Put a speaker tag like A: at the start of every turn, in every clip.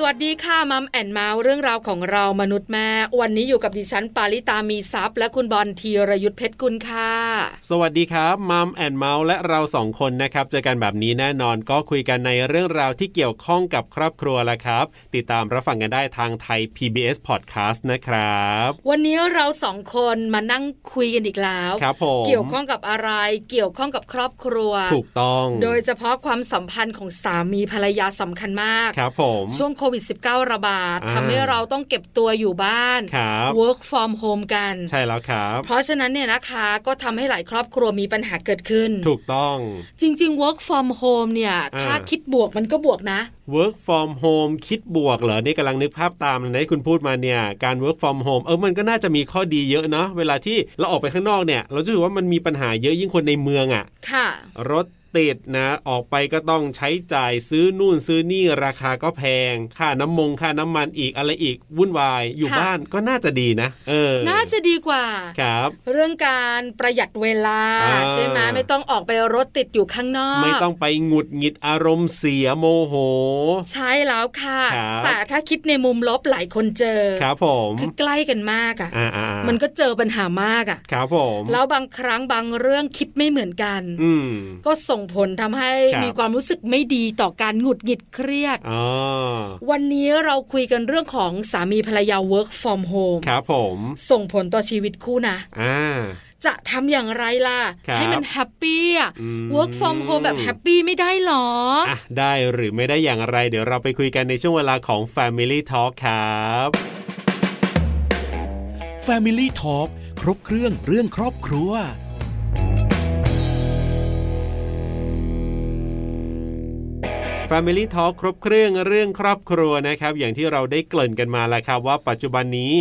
A: สวัสดีค่ะมัมแอนเมาส์เรื่องราวของเรามนุษย์แม่ วันนี้อยู่กับดิฉันปาริตามีซัพย์ และคุณบอลธีรยุทธเพชรกุลค่ะ
B: สวัสดีครับมัมแอนเมาส์และเราสองคนนะครับ เจอกันแบบนี้แน่นอนก็คุยกันในเรื่องราวที่เกี่ยวข้องกับครอบครัวละครับ ติดตามรับฟังกันได้ทางไทย PBS Podcast นะครับ
A: วันนี้เราสองคนมานั่งคุยกันอีกแล้ว
B: ครับผม
A: เกี่ยวข้องกับอะไรเกี่ยวข้องกับครอบครัว
B: ถูกต้อง
A: โดยเฉพาะความสัมพันธ์ของสามีภรรยาสำคัญมาก
B: ครับผม
A: ช่วงโควิด -19 ระบาด
B: อ่า
A: ทำให้เราต้องเก็บตัวอยู่บ้าน
B: ครับ
A: work from home กัน
B: ใช่แล้วครับ
A: เพราะฉะนั้นเนี่ยนะคะก็ทำให้หลายครอบครัวมีปัญหาเกิดขึ้น
B: ถูกต้อง
A: จริง ๆ work from home เนี่ย
B: อ่า
A: ถ้าคิดบวกมันก็บวกนะ
B: Work from home คิดบวกเหรอนี่กำลังนึกภาพตามเลยนะที่คุณพูดมาเนี่ยการ Work from home เออมันก็น่าจะมีข้อดีเยอะเนาะเวลาที่เราออกไปข้างนอกเนี่ย เราจะรู้สึกว่ามันมีปัญหาเยอะยิ่งคนในเมืองอ่ะ
A: ค่ะ
B: รถติดนะ ออกไปก็ต้องใช้จ่ายซื้อนู่นซื้อนี่ราคาก็แพง ค่าน้ำมงค่าน้ำมันอีกอะไรอีกวุ่นวายอยู่
A: ค่ะ
B: บ้านก็น่าจะดีนะ เออ
A: น่าจะดีกว่า
B: ครับ
A: เรื่องการประหยัดเวลา
B: อ่า
A: ใช่ไหมไม่ต้องออกไปรถติดอยู่ข้างนอก
B: ไม่ต้องไปหงุดหงิดอารมณ์เสียโมโห
A: ใช่แล้วค่ะ
B: ครับ
A: แต่ถ้าคิดในมุมลบหลายคนเจอ
B: ครับผม
A: คือใกล้กันมากอ่ะ
B: อ่าอ่าอ่า
A: มันก็เจอปัญหามากอ่ะ
B: ครับผม
A: แล้วบางครั้งบางเรื่องคิดไม่เหมือนกัน
B: อืม
A: ก็ส่งผลทำให้
B: ครับ
A: มีความรู้สึกไม่ดีต่อการหงุดหงิดเครียด
B: อ๋อ
A: วันนี้เราคุยกันเรื่องของสามีภรรยา work from home
B: ครับผม
A: ส่งผลต่อชีวิตคู่นะ
B: อ่า
A: จะทำอย่างไรล่ะ
B: ครับ
A: ให้มันแฮปปี้อะ
B: อืม
A: work from home แบบแฮปปี้ไม่ได้หรอ
B: อ่ะได้หรือไม่ได้อย่างไร เดี๋ยวเราไปคุยกันในช่วงเวลาของ Family Talk ครับ
C: Family Talk ครบเครื่องเรื่องครอบครัว
B: f a m i l y ่ทอครบเครื่องเรื่องครอบครัวนะครับ อย่างที่เราได้เกริ่นกันมาแล้วครับว่าปัจจุบันนี้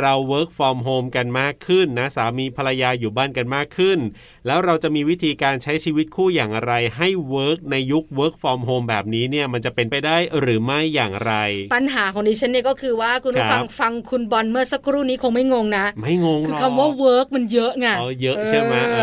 B: เรา work from home กันมากขึ้นนะสามีภรรยาอยู่บ้านกันมากขึ้น แล้วเราจะมีวิธีการใช้ชีวิตคู่อย่างไรให้ work ในยุค work from home แบบนี้เนี่ยมันจะเป็นไปได้หรือไม่อย่างไร
A: ปัญหาของดิฉันเนี่ยก็คือว่าคุณผู้
B: ครั
A: ฟั
B: บ
A: งฟังคุณบอลเมื่อสักครู่นี้คงไม่งงนะ
B: ไม่งงหรอก
A: คือคำว่า work มันเยอะไง
B: อ๋อเยอะใช่ไหมเอ
A: เอ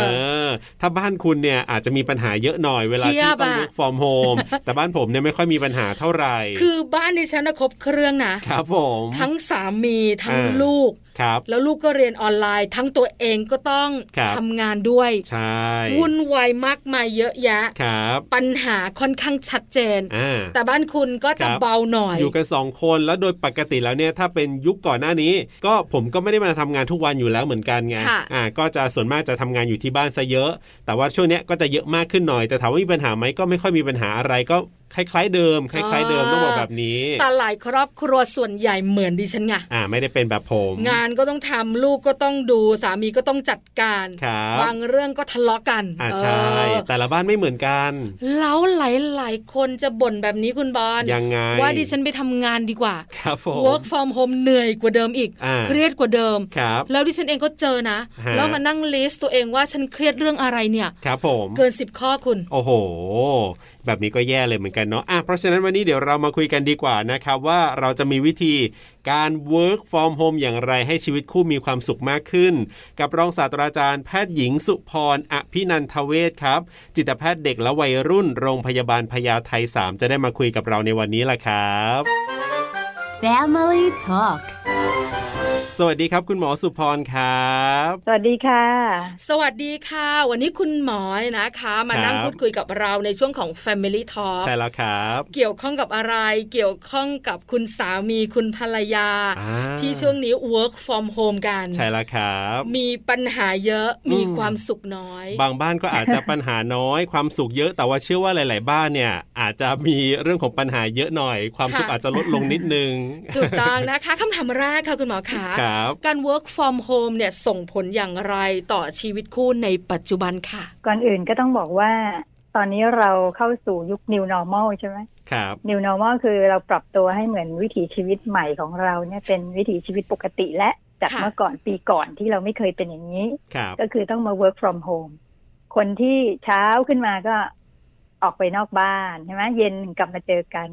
A: อ
B: อ ถ้าบ้านคุณเนี่ยอาจจะมีปัญหาเยอะหน่อยเวลา
A: เที
B: ที่
A: ยบ
B: ต้อง
A: อะ
B: work from home แต่บ้านผมเนี่ยไม่ค่อยมีปัญหาเท่าไหร่
A: คือบ้านดิฉันนะครบเครื่องนะ
B: ครับผม
A: ทั้งสามีทั้ง
B: อ่า
A: ลูก
B: ครับ
A: แล้วลูกก็เรียนออนไลน์ ทั้งตัวเองก็ต้อง
B: ครับ
A: ทำงานด้วย
B: ใช่
A: วุ่นวายมากมายเยอะแยะ
B: ครับ
A: ปัญหาค่อนข้างชัดเจน
B: อ่า
A: แต่บ้านคุณก็จะ
B: ครับ
A: เบาหน่อย
B: อยู่กันสองคนแล้วโดยปกติแล้วเนี่ยถ้าเป็นยุคก่อนหน้านี้ ก็ผมก็ไม่ได้มาทำงานทุกวันอยู่แล้วเหมือนกันไง
A: ค่ะ
B: อ่าก็จะส่วนมากจะทำงานอยู่ที่บ้านซะเยอะ แต่ว่าช่วงเนี้ยก็จะเยอะมากขึ้นหน่อย แต่ถามว่ามีปัญหาไหมก็ไม่ค่อยมีปัญหาอะไรก็คล้าย ๆ เดิม คล้าย ๆ เดิมต้องบอกแบบนี้
A: แต่หลายครอบครัวส่วนใหญ่เหมือนดิฉันไง
B: อ่าไม่ได้เป็นแบบผม
A: งานก็ต้องทำลูกก็ต้องดูสามีก็ต้องจัดการ
B: ครับ
A: งเรื่องก็ทะเลาะกัน
B: อ่า
A: เออ
B: ใช่แต่ละบ้านไม่เหมือนกัน
A: แล้วหลายหลายๆคนจะบ่นแบบนี้คุณบอล
B: ยังไง
A: ว่าดิฉันไปทำงานดีกว่า
B: ครับผม
A: work from home เหนื่อยกว่าเดิมอีก
B: อ่า
A: เครียดกว่าเดิม
B: ครับ
A: แล้วดิฉันเองก็เจอนะ
B: ฮะ
A: แล้วมานั่งลิสต์ตัวเองว่าฉันเครียดเรื่องอะไรเนี่ย
B: ครับผม
A: เกินสิบข้อคุณ
B: โอ้โห แบบนี้ก็แย่เลยเหมือนกันเนาะอ่ะเพราะฉะนั้นวันนี้เดี๋ยวเรามาคุยกันดีกว่านะครับว่าเราจะมีวิธีการ work from home อย่างไรให้ชีวิตคู่มีความสุขมากขึ้น กับรองศาสตราจารย์แพทย์หญิงสุพรอภินันทเวชครับ จิตแพทย์เด็กและวัยรุ่นโรงพยาบาลพญาไท3จะได้มาคุยกับเราในวันนี้ล่ะครับ
D: Family Talk
B: สวัสดีครับ คุณหมอสุพรครับ
E: สวัสดีค่ะ
A: สวัสดีค่ะ วันนี้คุณหมอยนะคะ มา
B: ครับ
A: นั่งพูดคุยกับเราในช่วงของ Family Talk
B: ใช่แล้วครับ
A: เกี่ยวข้องกับอะไร เกี่ยวข้องกับคุณสามีคุณภรรยา
B: อ่า
A: ที่ช่วงนี้ work from home กัน
B: ใช่แล้วครับ
A: มีปัญหาเยอะมี
B: อืม
A: ความสุขน้อย
B: บางบ้านก็อาจจะ ปัญหาน้อย ความสุขเยอะแต่ว่าเชื่อว่าหลาย ๆ บ้านเนี่ย อาจจะมีเรื่องของปัญหาเยอะหน่อย ความสุข
A: ค่ะ
B: อาจจะลดลงนิด นึง
A: ถูกต้องนะคะคำถามแรกค่ะคุณหมอขา
B: ครับ
A: การ work from home เนี่ยส่งผลอย่างไรต่อชีวิตคู่ในปัจจุบันค่ะ
E: ก่อนอื่นก็ต้องบอกว่า ตอนนี้เราเข้าสู่ยุค new normal ใช่ไหม
B: ครับ
E: new normal คือเราปรับตัวให้เหมือนวิถีชีวิตใหม่ของเราเนี่ยเป็นวิถีชีวิตปกติและจาก
A: ค่ะ
E: เมื่อก่อนปีก่อนที่เราไม่เคยเป็นอย่างนี้
B: ครับ
E: ก็คือต้องมา work from home คนที่เช้าขึ้นมาก็ออกไปนอกบ้านใช่ไหมเย็นกลับมาเจอกัน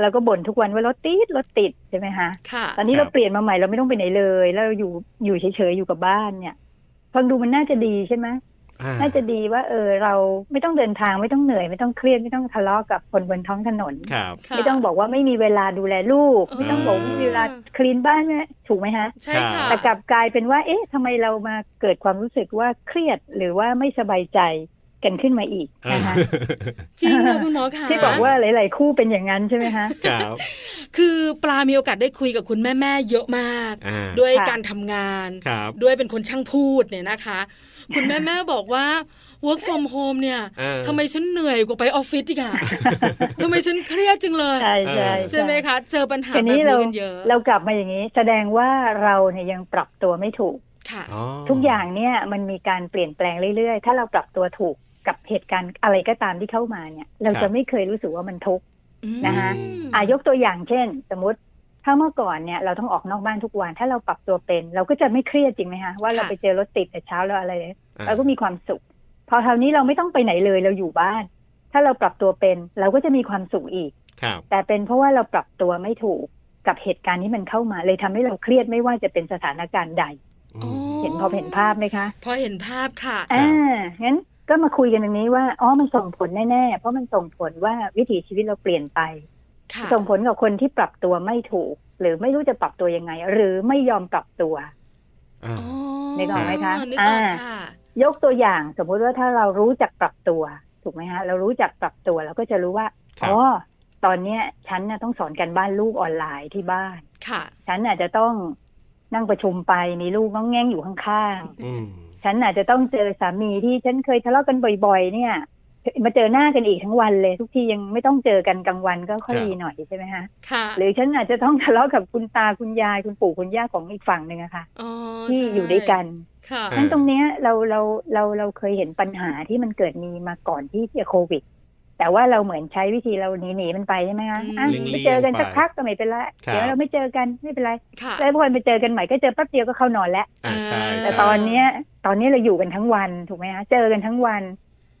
E: เราก็บ่นทุกวันว่ารถติดรถติดใช่ไหมคะ
A: ค่ะ
E: ตอนนี้
B: ครั
E: เรา
B: บ
E: เปลี่ยนมาใหม่เราไม่ต้องไปไหนเลย แล้วเราอยู่อยู่เฉยๆอยู่กับบ้านเนี่ยฟังดูมันน่าจะดีใช่ไหม
B: อ่า
E: น่าจะดีว่า เออ เราไม่ต้องเดินทางไม่ต้องเหนื่อย ไม่ต้องเครียดไม่ต้องทะเลาะกับคนบนท้องถนน
B: ครับ
A: ค่ะ
E: ไม่ต้องบอกว่าไม่มีเวลาดูแลลูก
A: เออ
E: ไม่ต้องบอกว่าไม่มีเวลาคลีนบ้านนะถูกไหมฮะ
A: ใช่ค่ะ
E: แต่กลับกลายเป็นว่า เอ๊ะทำไมเรามาเกิดความรู้สึกว่าเครียดหรือว่าไม่สบายใจกันขึ้นมาอีกนะคะ
A: จริงค่ะคุณหมอค่ะ
E: ที่บอกว่าหลาย ๆ คู่เป็นอย่างนั้นใช่ไหมคะ
B: ครับ
A: คือปลา มีโอกาสได้คุยกับคุณแม่แม่ๆเยอะมาก
B: อ่า
A: ด้วย
E: ค่ะ
A: การทำงาน
B: ครับ
A: ด้วยเป็นคนช่างพูดเนี่ยนะคะ คุณแม่แม่บอกว่า work from home เนี่ย
B: อ่า
A: ทำไมฉันเหนื่อยกว่าไปออฟฟิศอีกอะทำไมฉันเครียดจังเลย
E: ใช่
B: เอ
E: ใช่
B: อ
A: ใช่ไหมคะ เจอปัญหาแบบ
E: ทีนี้
A: นี้
E: เรา
A: กันเยอะ
E: เรากลับมาอย่างนี้ แสดงว่าเราเนี่ยยังปรับตัวไม่ถูก
A: ค่ะ
B: อ๋
E: ทุกอย่างเนี่ยมันมีการเปลี่ยนแปลงเรื่อย ๆ ถ้าเราปรับตัวถูกกับเหตุการณ์อะไรก็ตามที่เข้ามาเนี่ย เราจะไม่เคยรู้สึกว่ามันทุกข์ นะคะ
A: อืม
E: อายกตัวอย่างเช่น สมมติถ้าเมื่อก่อนเนี่ยเราต้องออกนอกบ้านทุกวัน ถ้าเราปรับตัวเป็น เราก็จะไม่เครียดจริงไหมคะว่าเราไปเจอรถติดแต่เช้าเราอะไรเลย
B: อ่า
E: เราก็มีความสุข พอคราวนี้เราไม่ต้องไปไหนเลยเราอยู่บ้าน ถ้าเราปรับตัวเป็น เราก็จะมีความสุขอีก
B: ครับ
E: แต่เป็นเพราะว่าเราปรับตัวไม่ถูกกับเหตุการณ์ที่มันเข้ามา เลยทำให้เราเครียดไม่ว่าจะเป็นสถานการณ์ใด
A: อ๋อ
E: เห็นพอเห็นภาพไหมคะ
A: พอเห็นภาพค่ะ
E: อ่า งั้นก็มาคุยกันตรงนี้ว่า อ๋อ มันส่งผลแน่ๆ เพราะมันส่งผลว่าวิถีชีวิตเราเปลี่ยนไป
A: ค่ะ
E: ส่งผลกับคนที่ปรับตัวไม่ถูก หรือไม่รู้จะปรับตัวยังไง หรือไม่ยอมปรับตัว
B: อ่า
A: อ๋อ
E: นึกออกไหมคะ
A: นึกออก
E: อ่า
A: ค่ะ
E: ยกตัวอย่างสมมุติว่าถ้าเรารู้จักปรับตัว ถูกไหมฮะ เรารู้จักปรับตัวเราก็จะรู้ว่า
B: ครับ
E: อ๋อ ตอนเนี้ยฉันน่ะต้องสอนกันบ้านลูกออนไลน์ที่บ้าน
A: ค่ะ
E: ฉันอาจจะต้องนั่งประชุมไปมีลูกน้องแง่งอยู่ข้างๆ
B: อืม
E: ฉันอาจจะต้องเจอสามีที่ฉันเคยทะเลาะกันบ่อย ๆ เนี่ย มาเจอหน้ากันอีกทั้งวันเลย ทุกทียังไม่ต้องเจอกันกลางวันก็ค่อยดีหน่อยใช่ไหมฮะ
A: ค่ะ
E: หรือฉันอาจจะต้องทะเลาะกับคุณตาคุณยายคุณปู่คุณย่าของอีกฝั่งหนึ่งอะค่ะ
A: อ๋อ
E: ที่
A: ใช่
E: อยู่ด้วยกัน
A: ค่ะ
B: า
E: ทั้นตรงเนี้ยเราเราเราเราเคยเห็นปัญหาที่มันเกิดมีมาก่อนที่จะโควิด แต่ว่าเราเหมือนใช้วิธีเราหนีหนีๆมันไปใช่ไหมคะอ่ะ
B: เลี่ยงๆ
E: ไปเจอกัน
B: ไป
E: สักพักก็ไม่เป็นไร
B: ครับ
E: เดี๋ยวเราไม่เจอกันไม่เป็นไร
A: ค่ะ
E: แล้วพอไปเจอกันใหม่ก็เจอแป๊บเดียวก็เข้านอนแล้ว
B: อ่าใช่
E: แต่
B: ใช่
E: ตอนเนี้ยตอนนี้เราอยู่กันทั้งวันถูกไหมคะเจอกันทั้งวัน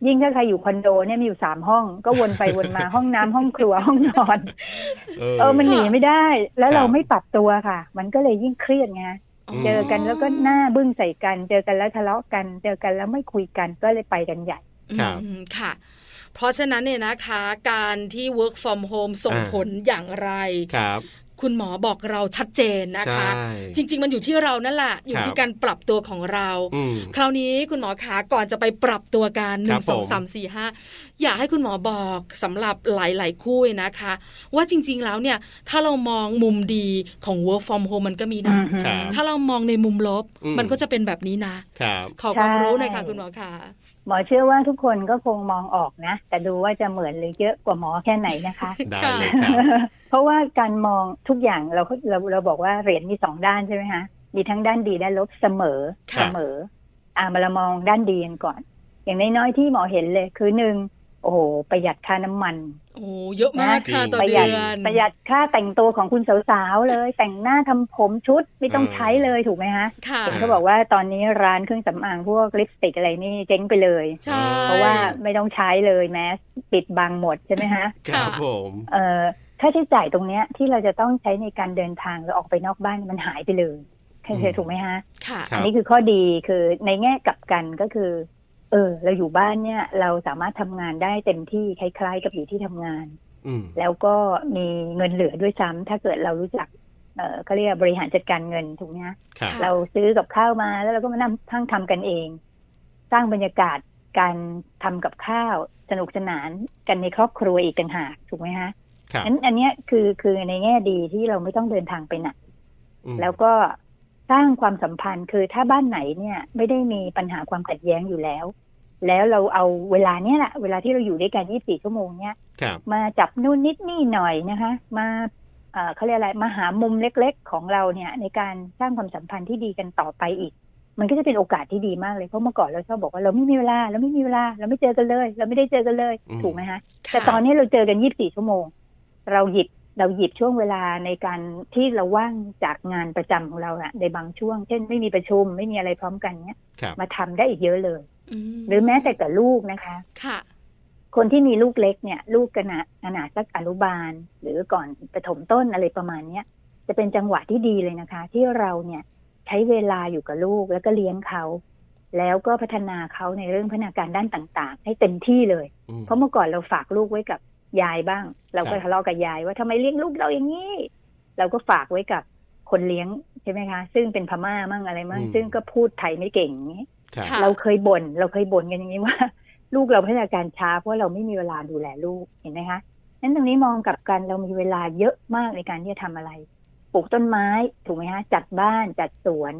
E: ยิ่งถ้าใครอยู่คอนโดเนี่ยมีอยู่สามห้อง ก็วนไปวน มาห้องน้ำห้องครัวห้องนอน เออมันหนีไม่ได้ แล้
B: ค
E: ว
B: รับ
E: เราไม่ปรับตัวค่ะ มันก็เลยยิ่งเครียดไงฮะเจอกันแล้วก็หน้าบึ้งใส่กัน เจอกันแล้วทะเลาะกัน เจอกันแล้วไม่คุยกันก็เลยไปกันใหญ่
B: ครับ
A: อืมค่ะ เพราะฉะนั้นเนี่ยนะคะ การที่ work from home ส่งผลอย่างไร
B: ครับ
A: คุณหมอบอกเราชัดเจนนะคะ
B: ใช่
A: จริง ๆ มันอยู่ที่เรานั่นแหละ อยู่ที่
B: ครับ
A: การปรับตัวของเรา
B: อืม
A: คราวนี้คุณหมอคะก่อนจะไปปรับตัวกันห
B: ครั
A: นึ่
B: บ
A: งสอง
B: ผม
A: สามสี่ห้าอยากให้คุณหมอบอกสำหรับหลาย ๆ คู่นะคะ ว่าจริง ๆ แล้วเนี่ย ถ้าเรามองมุมดีของ work from home มันก็มีนะ
B: ครับ
A: ถ้าเรามองในมุมลบ
B: อืม
A: มันก็จะเป็นแบบนี้นะ
B: ครับ
A: ขอความ
E: ใช่
A: รู้หน่อยค่ะคุณหมอคะ
E: หมอเชื่อว่าทุกคนก็คงมองออกนะ แต่ดูว่าจะเหมือนหรือเยอะกว่าหมอแค่ไหนนะคะ
B: ได้
A: ค่ะ
B: เลยครับ
E: เพราะว่าการมองทุกอย่างเราเราเราบอกว่าเหรียญมีสองด้านใช่ไหมคะมีทั้งด้านดีด้านลบเสมอ
B: ค่ะ
E: เสมอ อ่ามาเรามองด้านดีกันก่อน อย่างน้อยๆที่หมอเห็นเลยคือหนึ่งโอ้โหประหยัดค่าน้ำมัน
A: โอ้เยอะมากค่ะ
B: จริง
A: ต่อ
E: ประห
A: เดื
E: ยัด
A: อน
E: ประหยัดค่าแต่งตัวของคุณสาวๆเลย แต่งหน้าทำผมชุดไม่ต้องใช้เลยถูกไหมคะ
A: ค่ะ
E: เห็นเขาบอกว่าตอนนี้ร้านเครื่องสำอางพวกลิปสติกอะไรนี่เจ๊งไปเลย
A: ใช่
E: เพราะว่าไม่ต้องใช้เลยแมสปิดบังหมดใช่ไหมคะ
B: ค
A: ค่ะ
B: รับผม
E: เอ่อค่าใช้จ่ายตรงเนี้ยที่เราจะต้องใช้ในการเดินทางหรือออกไปนอกบ้านมันหายไปเลยเคยเจอถูกไหมฮะ
A: ค่ะ
B: ค
E: อั
B: รั
E: น
B: บ
E: นี้คือข้อดีคือในแง่กลับกันก็คือ เออ เราอยู่บ้านเนี่ย เราสามารถทำงานได้เต็มที่คล้ายๆ กับอยู่ที่ทำงาน
B: อืม
E: แล้วก็มีเงินเหลือด้วยซ้ำถ้าเกิดเรารู้จัก เออเขาเรียกบริหารจัดการเงินถูกไหมฮะ
B: ครับ
A: ค่ะ
E: เราซื้อกับข้าวมาแล้วเราก็มานั่งทั้งทำกันเอง สร้างบรรยากาศการทำกับข้าวสนุกสนานกันในครอบครัวอีกต่างหากถูกไหมฮะ
B: ครับ
E: อันอันเนี้ยคือคือในแง่ดีที่เราไม่ต้องเดินทางไปไหน
B: อืม
E: แล้วก็สร้างความสัมพันธ์คือถ้าบ้านไหนเนี่ย ไม่ได้มีปัญหาความขัดแย้งอยู่แล้ว แล้วเราเอาเวลาเนี้ยแหละเวลาที่เราอยู่ด้วยกัน 24 ชั่วโมงเนี่ย
B: ครับ
E: มาจับนู่นนิดนี่หน่อยนะคะ มาเอ่อเขาเรียกอะไรมาหามุมเล็กๆ ของเราเนี่ย ในการสร้างความสัมพันธ์ที่ดีกันต่อไปอีก มันก็จะเป็นโอกาสที่ดีมากเลยเพราะเมื่อก่อนเราชอบบอกว่าเราไม่มีเวลาเราไม่มีเวลาเราไม่เจอกันเลย เราไม่ได้เจอกันเลย
B: อืม
E: ถูกไหมคะ
A: ค่ะ
E: แต่ตอนนี้เราเจอกัน 24 ชั่วโมง เราหยิบ เราหยิบช่วงเวลาในการที่เราว่างจากงานประจำของเราอะในบางช่วง เช่น ไม่มีประชุม ไม่มีอะไรพร้อมกันเนี้ย
B: ครับ
E: มาทำได้อีกเยอะเลย
A: ม
E: หรือแม้แต่กับลูกนะคะ
A: ค่ะ
E: คนที่มีลูกเล็กเนี่ย ลูกขนาดขนาดสักอนุบาล หรือก่อนประถมต้นอะไรประมาณเนี้ย จะเป็นจังหวะที่ดีเลยนะคะ ที่เราเนี่ยใช้เวลาอยู่กับลูกแล้วก็เลี้ยงเขา แล้วก็พัฒนาเขาในเรื่องพัฒนาการด้านต่างๆ ให้เต็มที่เลย
B: อืม
E: เพราะเมื่อก่อนเราฝากลูกไว้กับยายบ้าง เรา
B: ค
E: ก็
B: รับ
E: ทะเลาะกับยายว่าทำไมเลี้ยงลูกเราอย่างนี้ เราก็ฝากไว้กับคนเลี้ยงใช่ไหมคะ ซึ่งเป็นพม่ามั่งอะไรมั่ง
B: อืม
E: ซึ่งก็พูดไทยไม่เก่งอย่างนี้
B: ครับ
A: ค่ะ
E: เราเคยบ่นเราเคยบ่นกันอย่างนี้ ว่า ลูกเราพัฒนาการช้าเพราะเราไม่มีเวลาดูแลลูกเห็นไหมคะนั้นตรงนี้มองกลับกันเรามีเวลาเยอะมากในการที่จะทำอะไรปลูกต้นไม้ถูกไหมคะจัดบ้านจัดสวน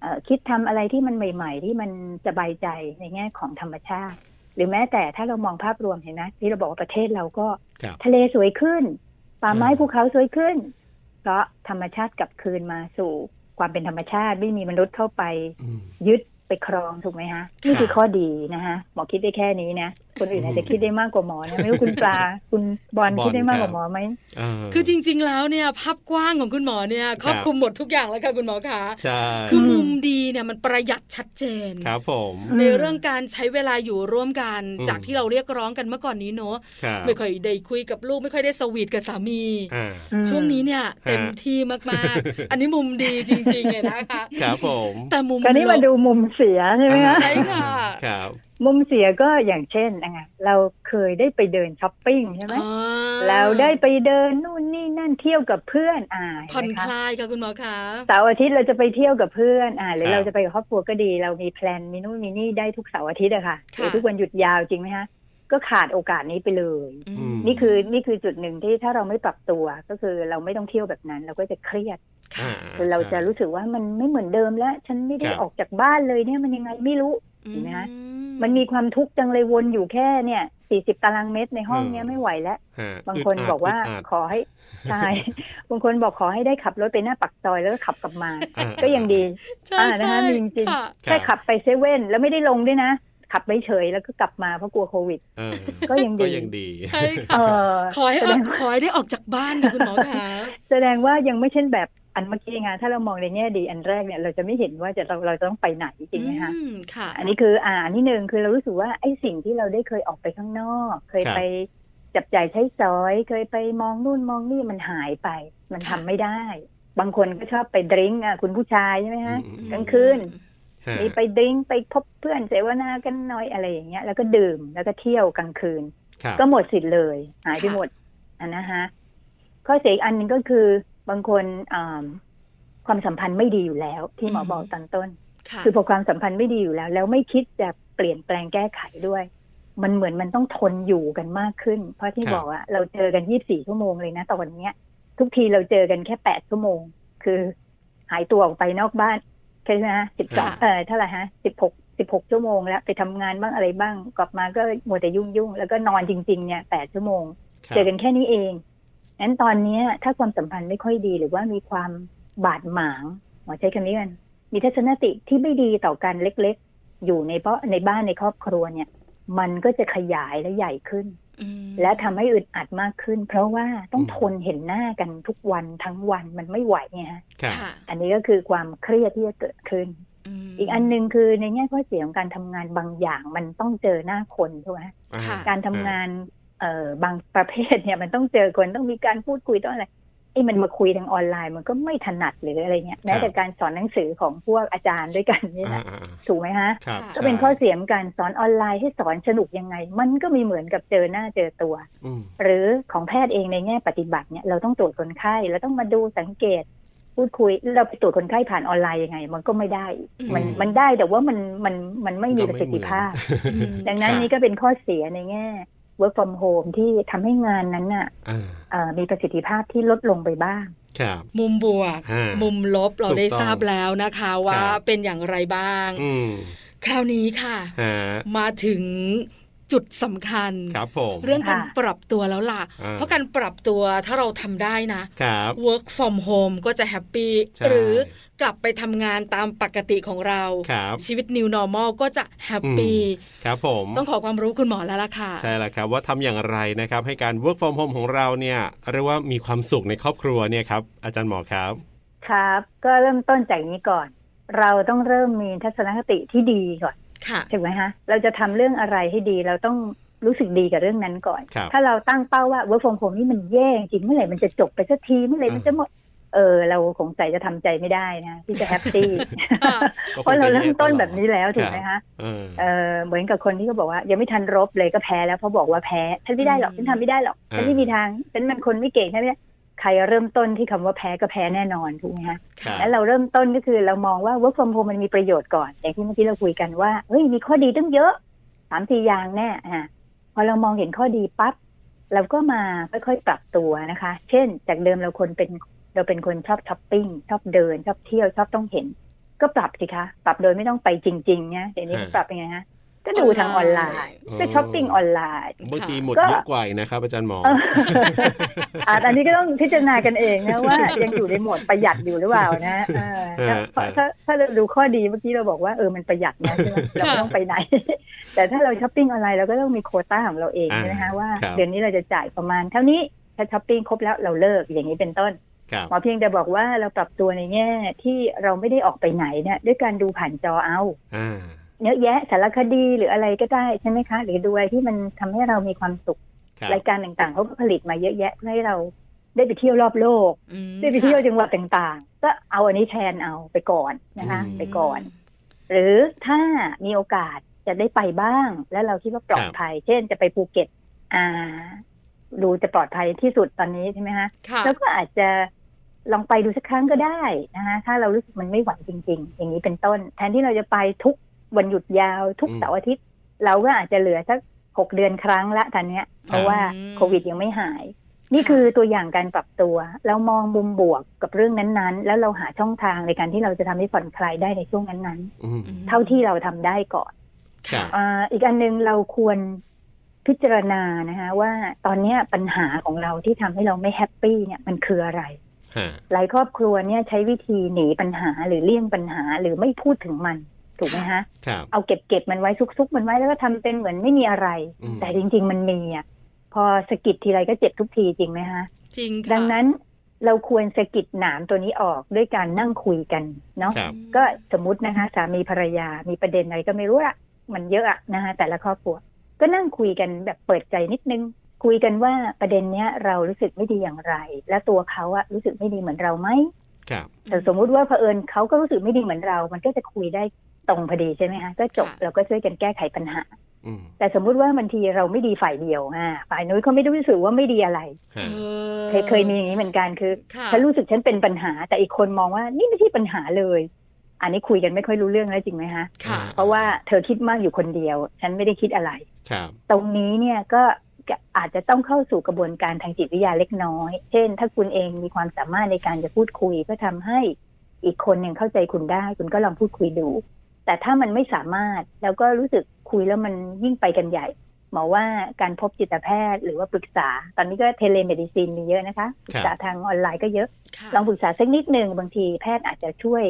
E: เอ่อคิดทำอะไรที่มันใหม่ ๆ ที่มันสบายใจในแง่ของธรรมชาติ หรือแม้แต่ถ้าเรามองภาพรวมเห็นไหมที่เราบอกว่าประเทศเราก็
B: ครับ
E: ทะเลสวยขึ้น ป่าไม้
B: อืม
E: ภูเขาสวยขึ้น เพราะธรรมชาติกลับคืนมาสู่ความเป็นธรรมชาติไม่มีมนุษย์เข้าไป
B: อืม
E: ยึดไปครองถูกไหมฮะนี่คือ
B: ค่ะ
E: ข้อดีนะคะหมอคิดได้แค่นี้นะ คนอื่นอาจจะคิดได้มากกว่าหมอนะไม่รู้คุณป ลา คุณบอล
B: บอล
E: คิดได้มากก
B: ครั
E: ว่า
B: บ
E: หมอไหม
B: เ
A: คือจริง ๆ แล้วเนี่ยภาพกว้างของคุณหมอเนี่ยครอบ
B: ครับ
A: คลุมหมดทุกอย่างแล้วค่ะคุณหมอคะ
B: ใช่
A: คือมุมดีเนี่ยมันประหยัดชัดเจน
B: ครับผม
E: อืม
A: ในเรื่องการใช้เวลาอยู่ร่วมกัน
B: อืม
A: จากที่เราเรียกร้องกันเมื่อก่อนนี้เนอะ
B: ครับ
A: ไม่ค่อยได้คุยกับลูกไม่ค่อยได้สวีทกับสามี
B: อ่า
E: อืม
A: ช่วงนี้เนี่ยเต็ม
B: ฮะ
A: ที่มากๆ อันนี้มุมดีจริงๆเลยนะคะ
B: ครับผม
A: แต่มุม
E: คราวนี้มา
A: ล
E: ดู
A: บ
E: มุมเสียใช่ไหมคะ
A: ใช่ค่ะ
B: ครับ
E: มุมเสียก็อย่างเช่นอะไงเราเคยได้ไปเดินช้อปปิ้งใช่ไหม
A: อ่า
E: แล้วได้ไปเดินนู่นนี่นั่นเที่ยวกับเพื่อนอ่า
A: ผ่อ
E: เห็
A: น
E: ไหม
A: ค
E: คะ
A: ลายค่ะคุณหมอคะ
E: เสาร์อาทิตย์เราจะไปเที่ยวกับเพื่อนอ่าหรือ
B: ครับ
E: เราจะไปกับครอบครัวก็ดี เรามีแพลนมีนู่นมีนี่ได้ทุกเสาร์อาทิตย์อะค่ะห
A: ค่ะ
E: รือทุกวันหยุดยาวจริงไหมคะก็ขาดโอกาสนี้ไปเลย
A: อื
B: อื
A: ม
B: ม
E: นี่คือนี่คือจุดหนึ่งที่ถ้าเราไม่ปรับตัวก็คือเราไม่ต้องเที่ยวแบบนั้น เราก็จะเครียด
B: อ่า
E: คือเราจะรู้สึกว่ามันไม่เหมือนเดิมแล้ว ฉันไม่ได้ออกจากบ้านเลยเนี่ยมันยังไงไม่รู้ เห็นไหมคะ มันมีความทุกข์จังเลยวนอยู่แค่เนี่ยสี่สิบตารางเมตรในห้องเนี้ยไม่ไหวแล้ว
B: ฮะ
E: บางคน
B: ดด
E: บอกว่า
B: ดด
E: ขอให้ใช่ บางคนบอกขอให้ได้ขับรถไปหน้าปักซอยแล้วก็ขับกลับ มา
B: อ่า
E: ก็ยังดี
A: ใช่
E: อ่านะ
A: ใช่
E: คะมีจริง
A: ค่ะ
B: ครั
E: แค่ขับไปเซเว่นแล้วไม่ได้ลงด้วยนะ ขับไปเฉยแล้วก็กลับมาเพราะกลัวโควิด
B: เออ
E: ก็ยังดี
B: ก็ยังดี
A: ใช่ค่ะ
E: เออ
A: ขอให้
E: แส
A: อ
E: ด
A: อง กขอให้ได้ออกจากบ้านค่ะคุณหมอคะ
E: แสดงว่ายังไม่เช่นแบบอันเมื่อกี้ไงถ้าเรามองในแง่ดีอันแรกเนี่ยเราจะไม่เห็นว่าจะเราเราจะต้องไปไหนจริงไหมคะ
A: อืมค่ะ
E: อันนี้คืออ่าอันที่หนึ่งคือเรารู้สึกว่าไอ้สิ่งที่เราได้เคยออกไปข้างนอก เคย
B: ครับ
E: ไปจับจ่ายใช้สอย เคยไปมองนู่นมองนี่มันหายไป มันทำไม่ได้ บางคนก็ชอบไปดริ้งก์อ่ะคุณผู้ชายใช่ไหมฮะ
B: อืม
E: กลางคืน
B: ฮะ
E: มีไปดริ้งก์ไปพบเพื่อนเสวนากันหน่อยอะไรอย่างเงี้ยแล้วก็ดื่มแล้วก็เที่ยวกลางคืน
B: ครับ
E: ก็หมดสิทธิ์เลย หายไปหมดอันนะฮะข้อเสียอีกอันหนึ่งก็คือบางคนอ่าความสัมพันธ์ไม่ดีอยู่แล้ว ที่หมอบอกตอนต้น
A: ค่ะ
E: คือพอความสัมพันธ์ไม่ดีอยู่แล้ว แล้วไม่คิดจะเปลี่ยนแปลงแก้ไขด้วย มันเหมือนมันต้องทนอยู่กันมากขึ้น เพราะ
B: ค
E: ที่
B: รับ
E: บอกอะเราเจอกัน 24 ชั่วโมงเลยนะตอนเนี้ย ทุกทีเราเจอกันแค่ 8 ชั่วโมง คือหายตัวออกไปนอกบ้านใช่ไหมฮะ
A: ะ
E: 12เออเท่าไหร่ฮะ 16 16 ชั่วโมงแล้วไปทำงานบ้างอะไรบ้างกลับมาก็มัวแต่ยุ่งยุ่งๆแล้วก็นอนจริง ๆ เนี่ย 8 ชั่วโมง
B: ครับ
E: เจอกันแค่นี้เองงั้นตอนเนี้ย ถ้าความสัมพันธ์ไม่ค่อยดีหรือว่ามีความบาดหมางหมอใช้คำนี้กัน มีทัศนคติที่ไม่ดีต่อกันเล็กๆ อยู่ในเพราะในบ้านในครอบครัวเนี่ย มันก็จะขยายและใหญ่ขึ้น
A: อืม
E: และทำให้อึดอัดมากขึ้น เพราะว่าต้องทนเห็นหน้ากันทุกวันทั้งวันมันไม่ไหวไงฮะ
B: ครับ
A: ค่ะ
E: อันนี้ก็คือความเครียดที่จะเกิดขึ้น
A: ม
E: อีกอันหนึ่งคือในแง่ข้อเสียของการทำงานบางอย่างมันต้องเจอหน้าคนใช่ไหม
B: อ่
A: ค่ะ
E: การทำงานเอ่อบางประเภทเนี่ยมันต้องเจอคนต้องมีการพูดคุยต้องอะไรไอ้มันมาคุยทางออนไลน์มันก็ไม่ถนัดหรืออะไรเงี้ยแม้แต่การสอนหนังสือของพวกอาจารย์ด้วยกันนี่
B: อ่า
E: นะ
B: อ่าอ่า
E: ถูกไหมฮะ
B: ครับ
E: ก็เป็น
B: ใช่
E: ข้อเสียมการสอนออนไลน์ให้สอนสนุกยังไง มันก็ไมีเหมือนกับเจอหน้าเจอตัว
B: อืม
E: หรือของแพทย์เองในแง่ปฏิบัติเนี่ยเราต้องตรวจคนไข้เราต้องมาดูสังเกต พูดคุยเราไปตรวจคนไข้ผ่านออนไลน์ยังไง มันก็ไม่ได้ มัน
B: อืม
E: มันได้แต่ว่ามันมันมันไม่มี
B: ก็
E: ประสิทธิภาพ
A: อืม
E: ดังนั้น
B: ครับ
E: นี่ก็เป็นข้อเสียในแง่ work from home ที่ทำให้งานนั้นน่ะ
B: อ่า
E: เอ่อมีประสิทธิภาพที่ลดลงไปบ้าง
B: ครับ
A: มุมบวก
B: อ่ามุ
A: มุมลบเรา
B: ถูก
A: ได้
B: ต้อง
A: ทราบแล้วนะคะว่า
B: ครับ
A: เป็นอย่างไรบ้าง
B: อืม
A: คราวนี้ค่ะ
B: ฮะ
A: มาถึงจุดสำคัญ
B: ครับผม
A: เรื่องการ
E: ค่ะ
A: ปรับตัวแล้วล่ะ
B: อ่า
A: เพราะการปรับตัวถ้าเราทำได้นะ
B: ครับ
A: work from home ก็จะแฮปปี้
B: ใช่
A: หรือกลับไปทำงานตามปกติของเรา
B: ครับ
A: ชีวิต new normal ก็จะแฮปปี้
B: ครับผม
A: ต้องขอความรู้คุณหมอแล้วล่ะค่ะ
B: ใช่แล้วครับว่าทำอย่างไรนะครับให้การ work from home ของเราเนี่ยเรียกว่ามีความสุขในครอบครัวเนี่ยครับอาจารย์หมอครับ
E: ครับ ก็เริ่มต้นจากนี้ก่อน เราต้องเริ่มมีทัศนคติที่ดีก่อน
A: ค่ะ
E: ถูกไหมฮะเราจะทำเรื่องอะไรให้ดี เราต้องรู้สึกดีกับเรื่องนั้นก่อน
B: ครับ
E: ถ้าเราตั้งเป้าว่า work from home นี่มันแย่จริงเมื่อไหร่มันจะจบไปสักทีเมื่อไหร่มันจะหมด เออเราสงสัยจะทำใจไม่ได้นะที่จะแฮปปี้
A: อ่า
B: ก็ค
E: เพราะ
B: ง
E: เรา
B: จะ
E: เริ่ม
B: แย่
E: ต้น
B: ลอด
E: แบบนี้แล้วถูกไหมคะ
B: เออ
E: เออเหมือนกับคนที่เขาบอกว่า ยังไม่ทันรบเลยก็แพ้แล้วเพราะบอกว่าแพ้ฉันไม่ได้หรอก
A: อืม
E: ฉันทำไม่ได้หรอก
B: อ่า
E: ฉันไม่มีทางฉันเป็นคนไม่เก่งฉันไม่ได้ใครเริ่มต้นที่คำว่าแพ้ก็แพ้แน่นอนถูกไหมคะ
B: ครับ
E: แล้วเราเริ่มต้นก็คือเรามองว่า work from home มันมีประโยชน์ก่อนอย่างที่เมื่อกี้เราคุยกันว่าเฮ้ยมีข้อดีตั้งเยอะสามสี่อย่างแน่อ่ะพอเรามองเห็นข้อดีปั๊บเราก็มาค่อยๆปรับตัวนะคะ เช่น จากเดิมเราคนเป็นเราเป็นคนชอบช้อปปิ้งชอบเดินชอบเที่ยวชอบต้องเห็น ก็ปรับสิคะ ปรับโดยไม่ต้องไปจริงๆนะเดี๋ยวนี้
B: อ่า
E: ปรับยังไงฮะ ก็ดูทางออนไลน์
B: อ๋อ
E: ก็ช้อปปิ้งออนไลน์
B: บางทีหมด
E: ก็
B: เยอะกว่าอีกนะครับอาจารย์หมอ
E: เอออ่ะอันนี้ก็ต้องพิจารณากันเอง นะว่า ยังอยู่ในโหมดประหยัดอยู่หรือเปล่านะเออ
B: เออ
E: เพราะถ้าถ้าเราดูข้อดีเมื่อกี้เราบอกว่าเออมันประหยัดนะใช่ไหมเรา ไม่ต้องไปไหน แต่ถ้าเราช้อปปิ้งออนไลน์เราก็ต้องมีโควต้าของเราเองใช่ไหมคะว่าเดือนนี้เราจะจ่ายประมาณเท่านี้ถ้าช้อปปิ้งครบแล้วเราเลิกอย่างนี้เป็นต้น
B: ครับ
E: หมอเพียงแต่บอกว่าเราปรับตัวในแง่ที่เราไม่ได้ออกไปไหนเนี่ยด้วยการดูผ่านจอเอา
B: อ่า
E: เยอะแยะสารคดีหรืออะไรก็ได้ใช่ไหมคะ หรือดูอะไรที่มันทำให้เรามีความสุข
B: ครับ
E: รายการต่างๆเขาก็ผลิตมาเยอะแยะเพื่อให้เราได้ไปเที่ยวรอบโลก
A: อืม
E: ได้ไปเที่ยวจังหวัดต่างๆ ก็เอาอันนี้แทนเอาไปก่อนนะคะ
B: อืม
E: ไปก่อน หรือถ้ามีโอกาสจะได้ไปบ้าง แล้วเราคิดว่าปลอดภัย เช่นจะไปภูเก็ต อ่า ดูจะปลอดภัยที่สุดตอนนี้ใช่ไหมคะ
A: ค่ะ
E: แล้วก็อาจจะลองไปดูสักครั้งก็ได้นะคะถ้าเรารู้สึกมันไม่ไหวจริง ๆ อย่างนี้เป็นต้น แทนที่เราจะไปทุกวันหยุดยาวทุก
B: อืม
E: เสาร์อาทิตย์ เราก็อาจจะเหลือสักหกเดือนครั้งละตอนเนี้ยเพราะว่าโควิดยังไม่หาย นี่คือตัวอย่างการปรับตัว เรามองมุมบวกกับเรื่องนั้นๆ แล้วเราหาช่องทางในการที่เราจะทำให้ผ่อนคลายได้ในช่วงนั้น
B: อืม
E: ๆ เท่าที่เราทำได้ก่อน
A: ค่ะ
E: อ่าอีกอันหนึ่งเราควรพิจารณานะคะว่าตอนเนี้ยปัญหาของเราที่ทำให้เราไม่แฮปปี้เนี่ยมันคืออะไร
B: ฮะ
E: หลายครอบครัวเนี่ยใช้วิธีหนีปัญหาหรือเลี่ยงปัญหาหรือไม่พูดถึงมันถูกไหมฮะ
B: ครับ
E: เอาเก็บเก็บมันไว้ซุกซุกมันไว้แล้วก็ทำเป็นเหมือนไม่มีอะไร
B: อืม
E: แต่จริง ๆ มันมีอ่ะพอสะกิดทีไรก็เจ็บทุกทีจริงไหมฮะ
A: จริงค่ะ
E: ดังนั้นเราควรสะกิดหนามตัวนี้ออกด้วยการนั่งคุยกันเนาะ
B: ครับ
E: ก็สมมตินะคะสามีภรรยามีประเด็นอะไรก็ไม่รู้ละมันเยอะอะนะคะแต่ละครอบครัว ก็นั่งคุยกันแบบเปิดใจนิดนึง คุยกันว่าประเด็นเนี้ยเรารู้สึกไม่ดีอย่างไร และตัวเขาอะรู้สึกไม่ดีเหมือนเราไหม
B: ครับ
E: แต่สมมุติว่าเผอิญเขาก็รู้สึกไม่ดีเหมือนเรา มันก็จะคุยได้ตรงพอดีใช่ไหมคะก็จบเราก็ช่วยกันแก้ไขปัญหา
B: อืม
E: แต่สมมุติว่าบางทีเราไม่ดีฝ่ายเดียวอ่าฝ่ายนู้นเขาไม่ได้รู้สึกว่าไม่ดีอะไร
B: ฮะ
A: เออ
E: เคยเคยมีอย่างนี้เหมือนกันคือ
A: ค่ะ
E: ฉันรู้สึกฉันเป็นปัญหา แต่อีกคนมองว่านี่ไม่ใช่ปัญหาเลย อันนี้คุยกันไม่ค่อยรู้เรื่องแล้วจริงไหมฮะ
A: ค่ะ
E: เพราะว่าเธอคิดมากอยู่คนเดียว ฉันไม่ได้คิดอะไร
B: ครับ
E: ตรงนี้เนี่ยก็อาจจะต้องเข้าสู่กระบวนการทางจิตวิทยาเล็กน้อย เช่น ถ้าคุณเองมีความสามารถในการจะพูดคุยเพื่อทำให้อีกคนหนึ่งเข้าใจคุณได้ คุณก็ลองพูดคุยดู แต่ถ้ามันไม่สามารถแล้วก็รู้สึกคุยแล้วมันยิ่งไปกันใหญ่หมอว่าการพบจิตแพทย์หรือว่าปรึกษา ตอนนี้ก็เทเลเมดิซินมีเยอะนะคะปรึกษาทางออนไลน์ก็เยอะ
A: ค่ะ
E: ลองปรึกษาสักนิดหนึ่งบางทีแพทย์อาจจะช่วย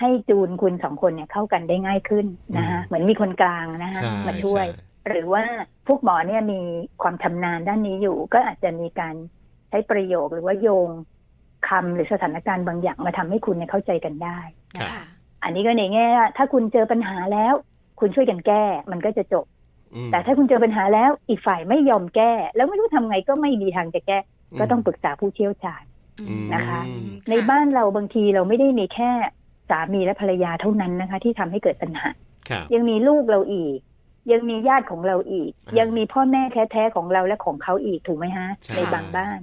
E: ให้จูนคุณสองคนเนี่ยเข้ากันได้ง่ายขึ้นนะคะ
B: อืม
E: เหมือนมีคนกลางนะคะ
B: ใช่
E: มาช่วย
B: ใ
E: หรือว่าพวกหมอเนี่ยมีความชำนาญด้านนี้อยู่ ก็อาจจะมีการใช้ประโยคหรือว่าโยงคำหรือสถานการณ์บางอย่างมาทำให้คุณเนี่ยเข้าใจกันได้
B: ครับ
A: ค่ะ
E: อันนี้ก็ในแง่ว่าถ้าคุณเจอปัญหาแล้ว คุณช่วยกันแก้ มันก็จะจบ
B: อืม
E: แต่ถ้าคุณเจอปัญหาแล้วอีกฝ่ายไม่ยอมแก้ แล้วไม่รู้ทำไงก็ไม่มีทางจะแก้ ก็ต้องปรึกษาผู้เชี่ยวชาญ
A: อืม
E: นะคะ
A: อืม
E: ในบ้านเราบางทีเราไม่ได้มีแค่สามีและภรรยาเท่านั้นนะคะ ที่ทำให้เกิดปัญหา
B: ครับ
E: ยังมีลูกเราอีก ยังมีญาติของเราอีก
B: อ่ายั
E: ยังมีพ่อแม่แท้ๆของเราและของเขาอีกถูกไหมฮะ
B: ใช่
E: ในบางบ้าน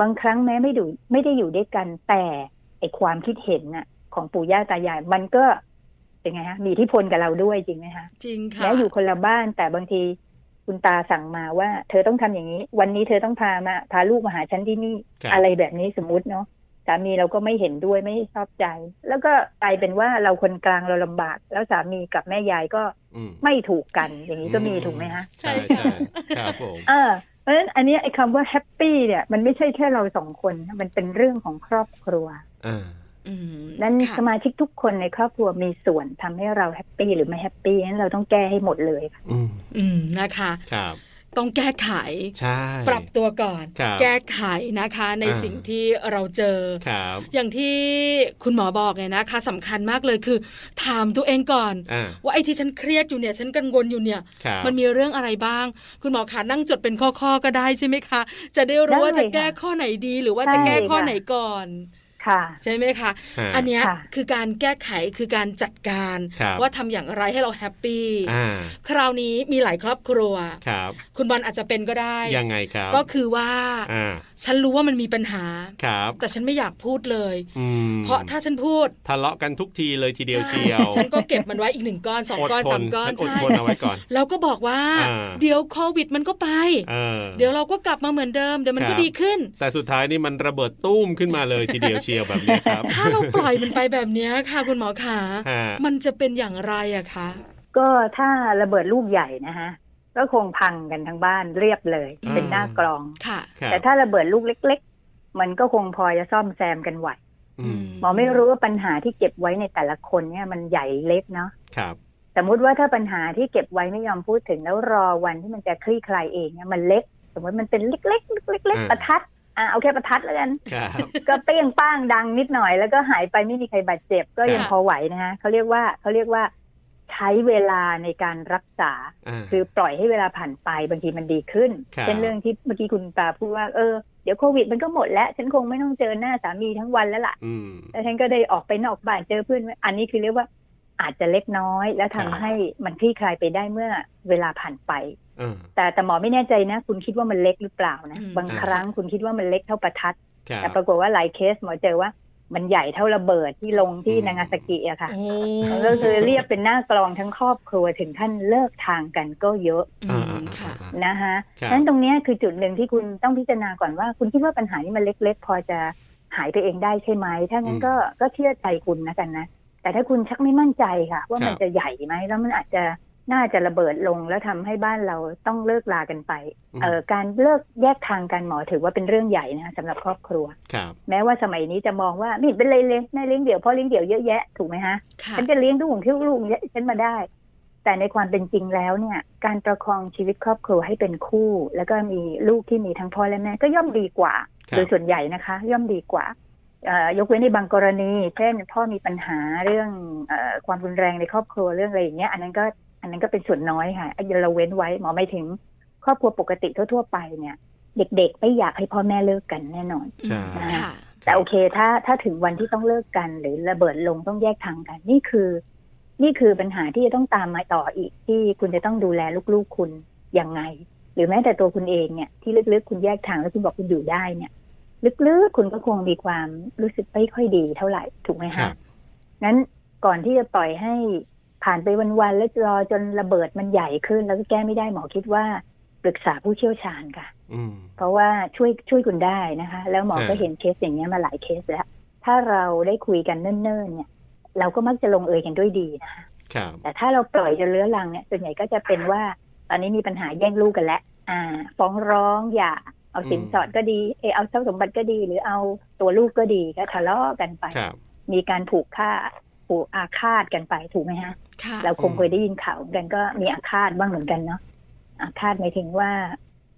E: บางครั้งแม้ไม่ดูไม่ได้อยู่ด้วยกันแต่ไอความคิดเห็นน่ะ ของปู่ย่าตายายมันก็เป็นไงฮะมีอิทธิพลกับเราด้วยจริงไหมคะ
A: จริงค่ะ
E: แม้อยู่คนละบ้านแต่บางทีคุณตาสั่งมาว่า เธอต้องทำอย่างนี้ วันนี้เธอต้องพามาพาลูกมาหาฉันที่นี่
B: ครับ
E: อะไรแบบนี้สมมติเนาะสามีเราก็ไม่เห็นด้วยไม่ชอบใจ แล้วก็กลายเป็นว่าเราคนกลางเราลำบาก แล้วสามีกับแม่ยายก็
B: อืม
E: ไม่ถูกกัน อย่างนี้ก็มีถูกไหมฮะ
B: ใช่ใช่ครับผม
E: เออเพราะฉะนั้นอันเนี้ยไอ้คำว่าแฮปปี้เนี่ยมันไม่ใช่แค่เราสองคนนะมันเป็นเรื่องของครอบครัว
B: อ่า
A: อืม
E: นั้น
A: ค่ะ
E: สมาชิกทุกคนในครอบครัวมีส่วนทำให้เราแฮปปี้หรือไม่แฮปปี้นั้นเราต้องแก้ให้หมดเลยค่ะ
B: อืม
A: อืมนะคะ
B: ครับ
A: ต้องแก้ไข
B: ใช่
A: ปรับตัวก่อน
B: ครับ
A: แก้ไขนะคะ ใน
B: อ่า
A: สิ่งที่เราเจอ
B: ครับ
A: อย่างที่คุณหมอบอกไงนะคะสำคัญมากเลยคือ ถามตัวเองก่อน
B: อ่า
A: ว่าไอ้ที่ฉันเครียดอยู่เนี่ย ฉันกังวลอยู่เนี่ย
B: ครับ
A: มันมีเรื่องอะไรบ้าง คุณหมอคะนั่งจดเป็นข้อๆก็ได้ใช่ไหมคะ จะได้รู้ว่า
E: ได้
A: จะ
E: ค่ะ
A: แก้ข้อไหนดีหรือว่า
E: ใช่
A: จะแก้ข้อ
E: ค่ะ
A: ไหนก่อน
E: ค่ะ
A: ใช่ไหมคะ
B: ฮะ
A: อันเนี้ย
E: ค่ะ
A: คือการแก้ไขคือการจัดการ
B: ครับ
A: ว่าทำอย่างไรให้เราแฮปปี้
B: อ่า
A: คราวนี้มีหลายครอบครัว
B: ครับ
A: คุณบอลอาจจะเป็นก็ได้
B: ยังไงครับ
A: ก็คือว่า
B: อ่า
A: ฉันรู้ว่ามันมีปัญหา
B: ครับ
A: แต่ฉันไม่อยากพูดเลย
B: อืม
A: เพราะถ้าฉันพูด
B: ทะเลาะกันทุกทีเลยทีเดียว
A: ใช่
B: เชียว
A: ฉันก็เก็บมันไว้อีกหนึ่งก้อนสองก้อน
B: ท
A: สามก้อน
B: ฉัอด
A: ใช่
B: ทนเอาไว้ก่อน
A: แล้วก็บอกว่า
B: อ่า
A: เดี๋ยวโควิดมันก็ไป
B: เออ
A: เดี๋ยวเราก็กลับมาเหมือนเดิม เดี๋ยวมัน
B: ครั
A: ก็
B: บ
A: ดีขึ้น
B: แต่สุดท้ายนี่มันระเบิดตุ้มขึ้นมาเลยทีเดียวเชียวแบบเนี้ยครับ
A: ถ้าเราปล่อยมันไปแบบเนี้ยค่ะคุณหมอขา
B: ฮะ
A: มันจะเป็นอย่างไรอะคะ
E: ก็ถ้าระเบิดลูกใหญ่นะคะ ก็คงพังกันทั้งบ้านเรียบเลย
A: อืม
E: เป็นหน้ากลอง
A: ค่ะ
B: ครับ
E: แต่ถ้าระเบิดลูกเล็ก ๆ มันก็คงพอจะซ่อมแซมกันไหว
B: อืม
E: หมอไม่รู้ว่าปัญหาที่เก็บไว้ในแต่ละคนเนี่ยมันใหญ่เล็กเนาะ
B: ครับ
E: สมมติว่าถ้าปัญหาที่เก็บไว้ไม่ยอมพูดถึงแล้วรอวันที่มันจะคลี่คลายเองเนี่ยมันเล็ก สมมติมันเป็นเล็กๆเล็กๆ
B: อ่า
E: ประทัดอ่ะเอาแค่ประทัดแล้วกัน
B: ครับ
E: ก็เปรี้ยงป้างดังนิดหน่อยแล้วก็หายไปไม่มีใครบาดเจ็บก็ยัง
A: ค่ะ
E: พอไหวนะฮะเขาเรียกว่าเขาเรียกว่าใช้เวลาในการรักษา
B: อ่า
E: คือปล่อยให้เวลาผ่านไปบางทีมันดีขึ้น
B: ครับ
E: เช่นเรื่องที่เมื่อกี้คุณปาพูดว่าเออเดี๋ยวโควิดมันก็หมดแล้วฉันคงไม่ต้องเจอหน้าสามีทั้งวันแล้วล่ะ
B: อืม
E: แล้วฉันก็ได้ออกไปนอกบ้านเจอเพื่อน อันนี้คือเรียกว่าอาจจะเล็กน้อย และ
B: ครั
E: ทำ
B: บ
E: ให้มันคลี่คลายไปได้เมื่อเวลาผ่านไป
B: เออ
E: แต่แต่หมอไม่แน่ใจนะ คุณคิดว่ามันเล็กหรือเปล่านะ
A: อืม
E: บางครั้งคุณคิดว่ามันเล็กเท่าประทัด
B: ครั
E: แต่
B: บ
E: ปรากฏว่าหลายเคสหมอเจอว่ามันใหญ่เท่าระเบิดที่ลงที่
B: อืม
E: นางาซากิอะค่ะ
A: โอ้
E: มันก็คือเรียบเป็นหน้ากลองทั้งครอบครัวถึงขั้นเลิกทางกันก็เยอะ
A: อืมค่ะ
B: อ่า
E: นะคะ
B: ครับ
E: นั้นตรงเนี้ยคือจุดหนึ่งที่คุณต้องพิจารณาก่อนว่า คุณคิดว่าปัญหานี้มันเล็กๆ พอจะหายไปเองได้ใช่ไหมถ้างั้นก็ก็เชื่อใจคุณนะกันนะ แต่ถ้าคุณชักไม่มั่นใจค่ะ ว่ามันจะใหญ่ไหมแล้วมันอาจจะน่าจะระเบิดลงแล้วทำให้บ้านเราต้องเลิกลากันไปเออการเลิกแยกทางกันหมอถือว่าเป็นเรื่องใหญ่นะคะสำหรับครอบครัว
B: ครับ
E: แม้ว่าสมัยนี้จะมองว่าไม่เห็นเป็นไรเลยแม่เลี้ยงเดี่ยวพ่อเลี้ยงเดี่ยวเยอะแยะถูกไหมฮะ
A: ค่ะ
E: ฉันจะเลี้ยงลูกของที่ลูกเยอะฉันมาได้ แต่ในความเป็นจริงแล้วเนี่ย การประคองชีวิตครอบครัวให้เป็นคู่ แล้วก็มีลูกที่มีทั้งพ่อและแม่ก็ย่อมดีกว่า
B: ครั
E: โด
B: บ
E: ยส่วนใหญ่นะคะ ย่อมดีกว่าเอ่อยกเว้นในบางกรณี เช่น พ่อมีปัญหาเรื่องเออความรุนแรงในครอบครัวเรื่องอะไรอย่างเงี้ยอันนั้นก็อันนั้นก็เป็นส่วนน้อยค่ะอันนี้เราเว้นไว้หมอไม่ถึง ครอบครัวปกติทั่วๆไปเนี่ย เด็กๆ ไม่อยากให้พ่อแม่เลิกกันแน่นอน
B: ใช่
E: อ่า
A: ค่ะ
E: แต่โอเค ถ้าถ้าถึงวันที่ต้องเลิกกันหรือระเบิดลงต้องแยกทางกัน นี่คือ นี่คือปัญหาที่จะต้องตามมาต่ออีกที่คุณจะต้องดูแลลูกๆคุณยังไง หรือแม้แต่ตัวคุณเองเนี่ยที่ลึกๆคุณแยกทางแล้วคุณบอกคุณอยู่ได้เนี่ย ลึกๆคุณก็คงมีความรู้สึกไม่ค่อยดีเท่าไหร่ถูกไหม
B: ครั
E: คะ
B: บ
E: นั้นก่อนที่จะปล่อยให้ผ่านไปวันๆแล้วรอจนระเบิดมันใหญ่ขึ้น แล้วก็แก้ไม่ได้หมอคิดว่าปรึกษาผู้เชี่ยวชาญค่ะ
B: อืม
E: เพราะว่าช่วยช่วยคุณได้นะคะ แล้วหมอ
B: ครับ
E: ก็เห็นเคสอย่างเงี้ยมาหลายเคสแล้ว ถ้าเราได้คุยกันเนิ่นๆ เนี่ย เราก็มักจะลงเอยกันด้วยดีนะคะ
B: ครับ
E: แต่ถ้าเราปล่อยจนเลื้อรังเนี่ยส่วนใหญ่ก็จะเป็นว่า ตอนนี้มีปัญหาแย่งลูกกันแล้วอ่า ฟ้องร้องอย่าเอาสินสอดก็ดีเออเอาทรัพย์สมบัติก็ดี หรือเอาตัวลูกก็ดีก็ทะเลาะกันไป
B: ครับ
E: มีการผูกฆ่าผูกอาฆาตกันไปถูกไหมฮะ
A: ค่ะ
E: เราคงเคยได้ยินข่าวเหมือนกันก็มีอาฆาตบ้างเหมือนกันเนาะอาฆาตหมายถึงว่า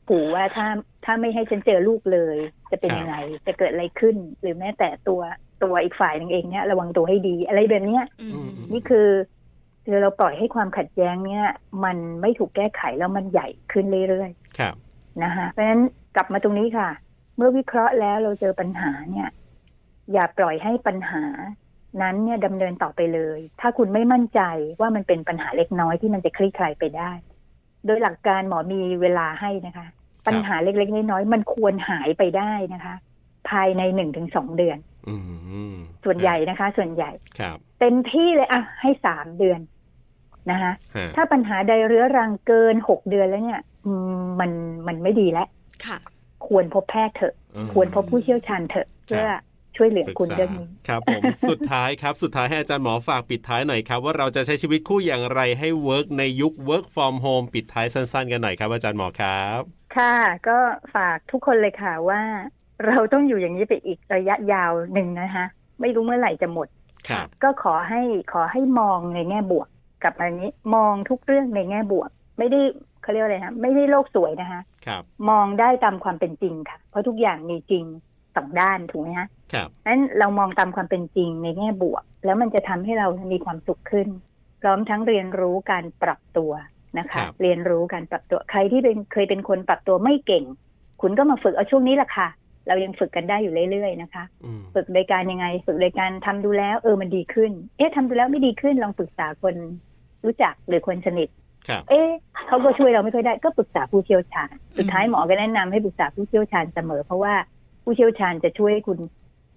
E: ขู่ว่าถ้าถ้าไม่ให้ฉันเจอลูกเลย จะเป็นยังไงจะเกิดอะไรขึ้น หรือแม้แต่ตัวตัวอีกฝ่ายหนึงเองเนี่ยระวังตัวให้ดี อะไรแบบเนี้ย
A: อืม
E: นี่คือคือเราปล่อยให้ความขัดแย้งเนี่ย มันไม่ถูกแก้ไขแล้วมันใหญ่ขึ้นเรื่อยๆ
B: ครับ
E: นะคะเพราะฉะนั้นกลับมาตรงนี้ค่ะ เมื่อวิเคราะห์แล้วเราเจอปัญหาเนี่ย อย่าปล่อยให้ปัญหานั้นเนี่ยดำเนินต่อไปเลย ถ้าคุณไม่มั่นใจว่ามันเป็นปัญหาเล็กน้อยที่มันจะคลี่คลายไปได้ โดยหลักการหมอมีเวลาให้นะคะ ปัญหาเล็กๆน้อยๆมันควรหายไปได้นะคะ ภายในหนึ่งถึงสองเดือน
B: อืม
E: ส่วนใหญ่นะคะ ส่วนใหญ่
B: ครับ
E: เต็มที่เลยอะให้สามเดือนนะคะ
B: ฮะ
E: ถ้าปัญหาใดเรื้อรังเกินหกเดือนแล้วเนี่ยอืมมันมันไม่ดีแล้ว
A: ค่ะ
E: ควรพบแพทย์เถอะ
B: อืม
E: ควรพบผู้เชี่ยวชาญเถอะ เพื่อช่วยเหลือคุณเรื่องนี้
B: ครับผม สุดท้ายครับ สุดท้ายให้อาจารย์หมอฝากปิดท้ายหน่อยครับ ว่าเราจะใช้ชีวิตคู่อย่างไรให้เวิร์กในยุค work from home ปิดท้ายสั้นๆ กันหน่อยครับ อาจารย์หมอครับ
E: ค่ะ ก็ฝากทุกคนเลยค่ะว่า เราต้องอยู่อย่างนี้ไปอีกระยะยาวหนึ่งนะคะ ไม่รู้เมื่อไหร่จะหมด
B: ครับ
E: ก็ขอให้ขอให้มองในแง่บวกกลับมาอย่างนี้ มองทุกเรื่องในแง่บวก ไม่ได้เขาเรียกว่าอะไรนะไม่ได้โลกสวยนะคะ
B: ครับ
E: มองได้ตามความเป็นจริงค่ะ เพราะทุกอย่างมีจริงสองด้านถูกไหมคะ
B: ครับ
E: นั้นเรามองตามความเป็นจริงในแง่บวก แล้วมันจะทำให้เรามีความสุขขึ้น พร้อมทั้งเรียนรู้การปรับตัวนะคะ
B: ครับ
E: เรียนรู้การปรับตัวใครที่เป็นเคยเป็นคนปรับตัวไม่เก่ง คุณก็มาฝึกเอาช่วงนี้แหละค่ะ เรายังฝึกกันได้อยู่เรื่อยๆนะคะ
B: อืม
E: ฝึกโดยการยังไง ฝึกโดยการทำดูแล้วเออมันดีขึ้น เอ๊ะทำดูแล้วไม่ดีขึ้นลองปรึกษาคนรู้จักหรือคนสนิท
B: ครับ
E: เอ๊ะเขาก็ช่วยเราไม่ค่อยได้ก็ปรึกษาผู้เชี่ยวชาญ สุดท้าย
A: อืม
E: หมอก็แนะนำให้ปรึกษาผู้เชี่ยวชาญเสมอ เพราะว่าผู้เชี่ยวชาญจะช่วยให้คุณ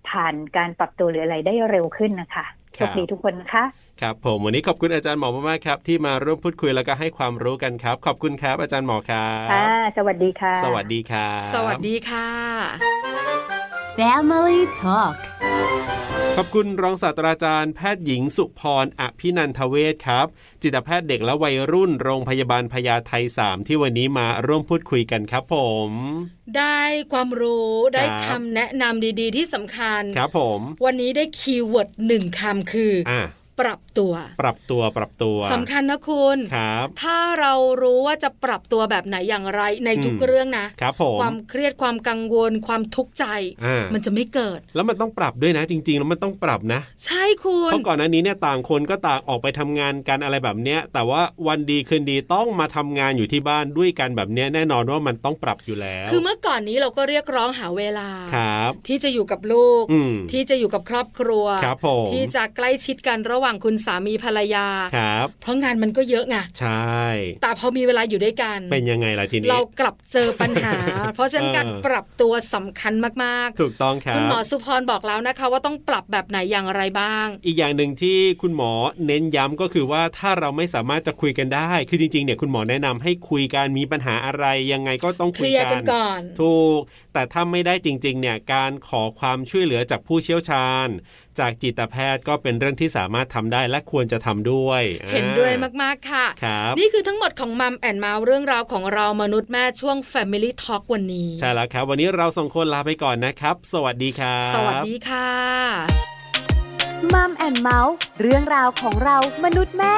E: ผ่านการปรับตัวหรืออะไรได้เร็วขึ้นนะคะโชคดีทุกคนนะคะ
B: ครับผมวันนี้ขอบคุณอาจารย์หมอมากๆครับ ที่มาร่วมพูดคุยแล้วก็ให้ความรู้กันครับ ขอบคุณครับ อาจารย์หมอครับ
E: ค่ะ สวัสดีค่ะ
B: สวัสดีครับ
A: สวัสดีค่ะ
D: Family Talk
B: ขอบคุณรองศาสตราจารย์แพทย์หญิงสุพรอภินันทเวศครับ จิตแพทย์เด็กและวัยรุ่นโรงพยาบาลพญาไท3ที่วันนี้มาร่วมพูดคุยกันครับผม
A: ได้ความรู้ได้
B: ครั
A: คำ
B: บ
A: แนะนำดีๆ ที่สำคัญ
B: ครับผม
A: วันนี้ได้คีย์เวิร์ดหนึ่งคำคืออ
B: อ่ะ
A: ปรับตัว
B: ปรับตัวปรับตัว
A: สำคัญนะคุณ
B: ครับ
A: ถ้าเรารู้ว่าจะปรับตัวแบบไหนอย่างไรในทุก
B: อืม
A: เรื่องนะ
B: ครับผม
A: ความเครียดความกังวล ความทุกข์ใจ
B: อ่า
A: มันจะไม่เกิด
B: แล้วมันต้องปรับด้วยนะ จริงๆแล้วมันต้องปรับนะ
A: ใช่คุณ
B: เพราะก่อนหน้านี้เนี่ยต่างคนก็ต่างออกไปทำงานกันอะไรแบบเนี้ย แต่ว่าวันดีคืนดีต้องมาทำงานอยู่ที่บ้านด้วยกันแบบเนี้ยแน่นอนว่ามันต้องปรับอยู่แล้ว
A: คือเมื่อก่อนนี้เราก็เรียกร้องหาเวลา
B: ครับ
A: ที่จะอยู่กับลูก
B: อืม
A: ที่จะอยู่กับครอบครัว
B: ครับผม
A: ที่จะใกล้ชิดกันระหว่างคุณสามีภรรยา
B: ครับ
A: เพราะงานมันก็เยอะไง
B: ใช่
A: แต่พอมีเวลาอยู่ด้วยกัน
B: เป็นยังไงล่ะทีนี้
A: เรากลับเจอปัญหา เพราะฉะนั้นการ
B: เออ
A: ปรับตัวสำคัญมาก
B: ถูกต้อง
A: ๆ
B: ครับ
A: คุณหมอสุพรบอกแล้วนะคะ ว่าต้องปรับแบบไหนอย่างไรบ้าง
B: อีกอย่างหนึ่งที่คุณหมอเน้นย้ำก็คือว่าถ้าเราไม่สามารถจะคุยกันได้ คือจริงๆเนี่ยคุณหมอแนะนำให้คุยกันมีปัญหาอะไรยังไงก็ต้อง
A: เค
B: คุย
A: ลียร์กั
B: กั
A: น นก่อน
B: ถูก แต่ถ้าไม่ได้จริงๆเนี่ยการขอความช่วยเหลือจากผู้เชี่ยวชาญ จากจิตแพทย์ก็เป็นเรื่องที่สามารถทำได้และควรจะทำด้วย
A: เห็นด้วย
B: อ่าม
A: ากๆค่ะ
B: ครับ
A: นี่คือทั้งหมดของมัมแอนเมาส์เรื่องราวของเรามนุษย์แม่ช่วง Family Talk วันนี้
B: ใช่แล้วครับ วันนี้เราสองคนลาไปก่อนนะครับ สวัสดีครับ
A: สวัสดีค่ะ
D: มัมแอนเมาส์เรื่องราวของเรามนุษย์แม่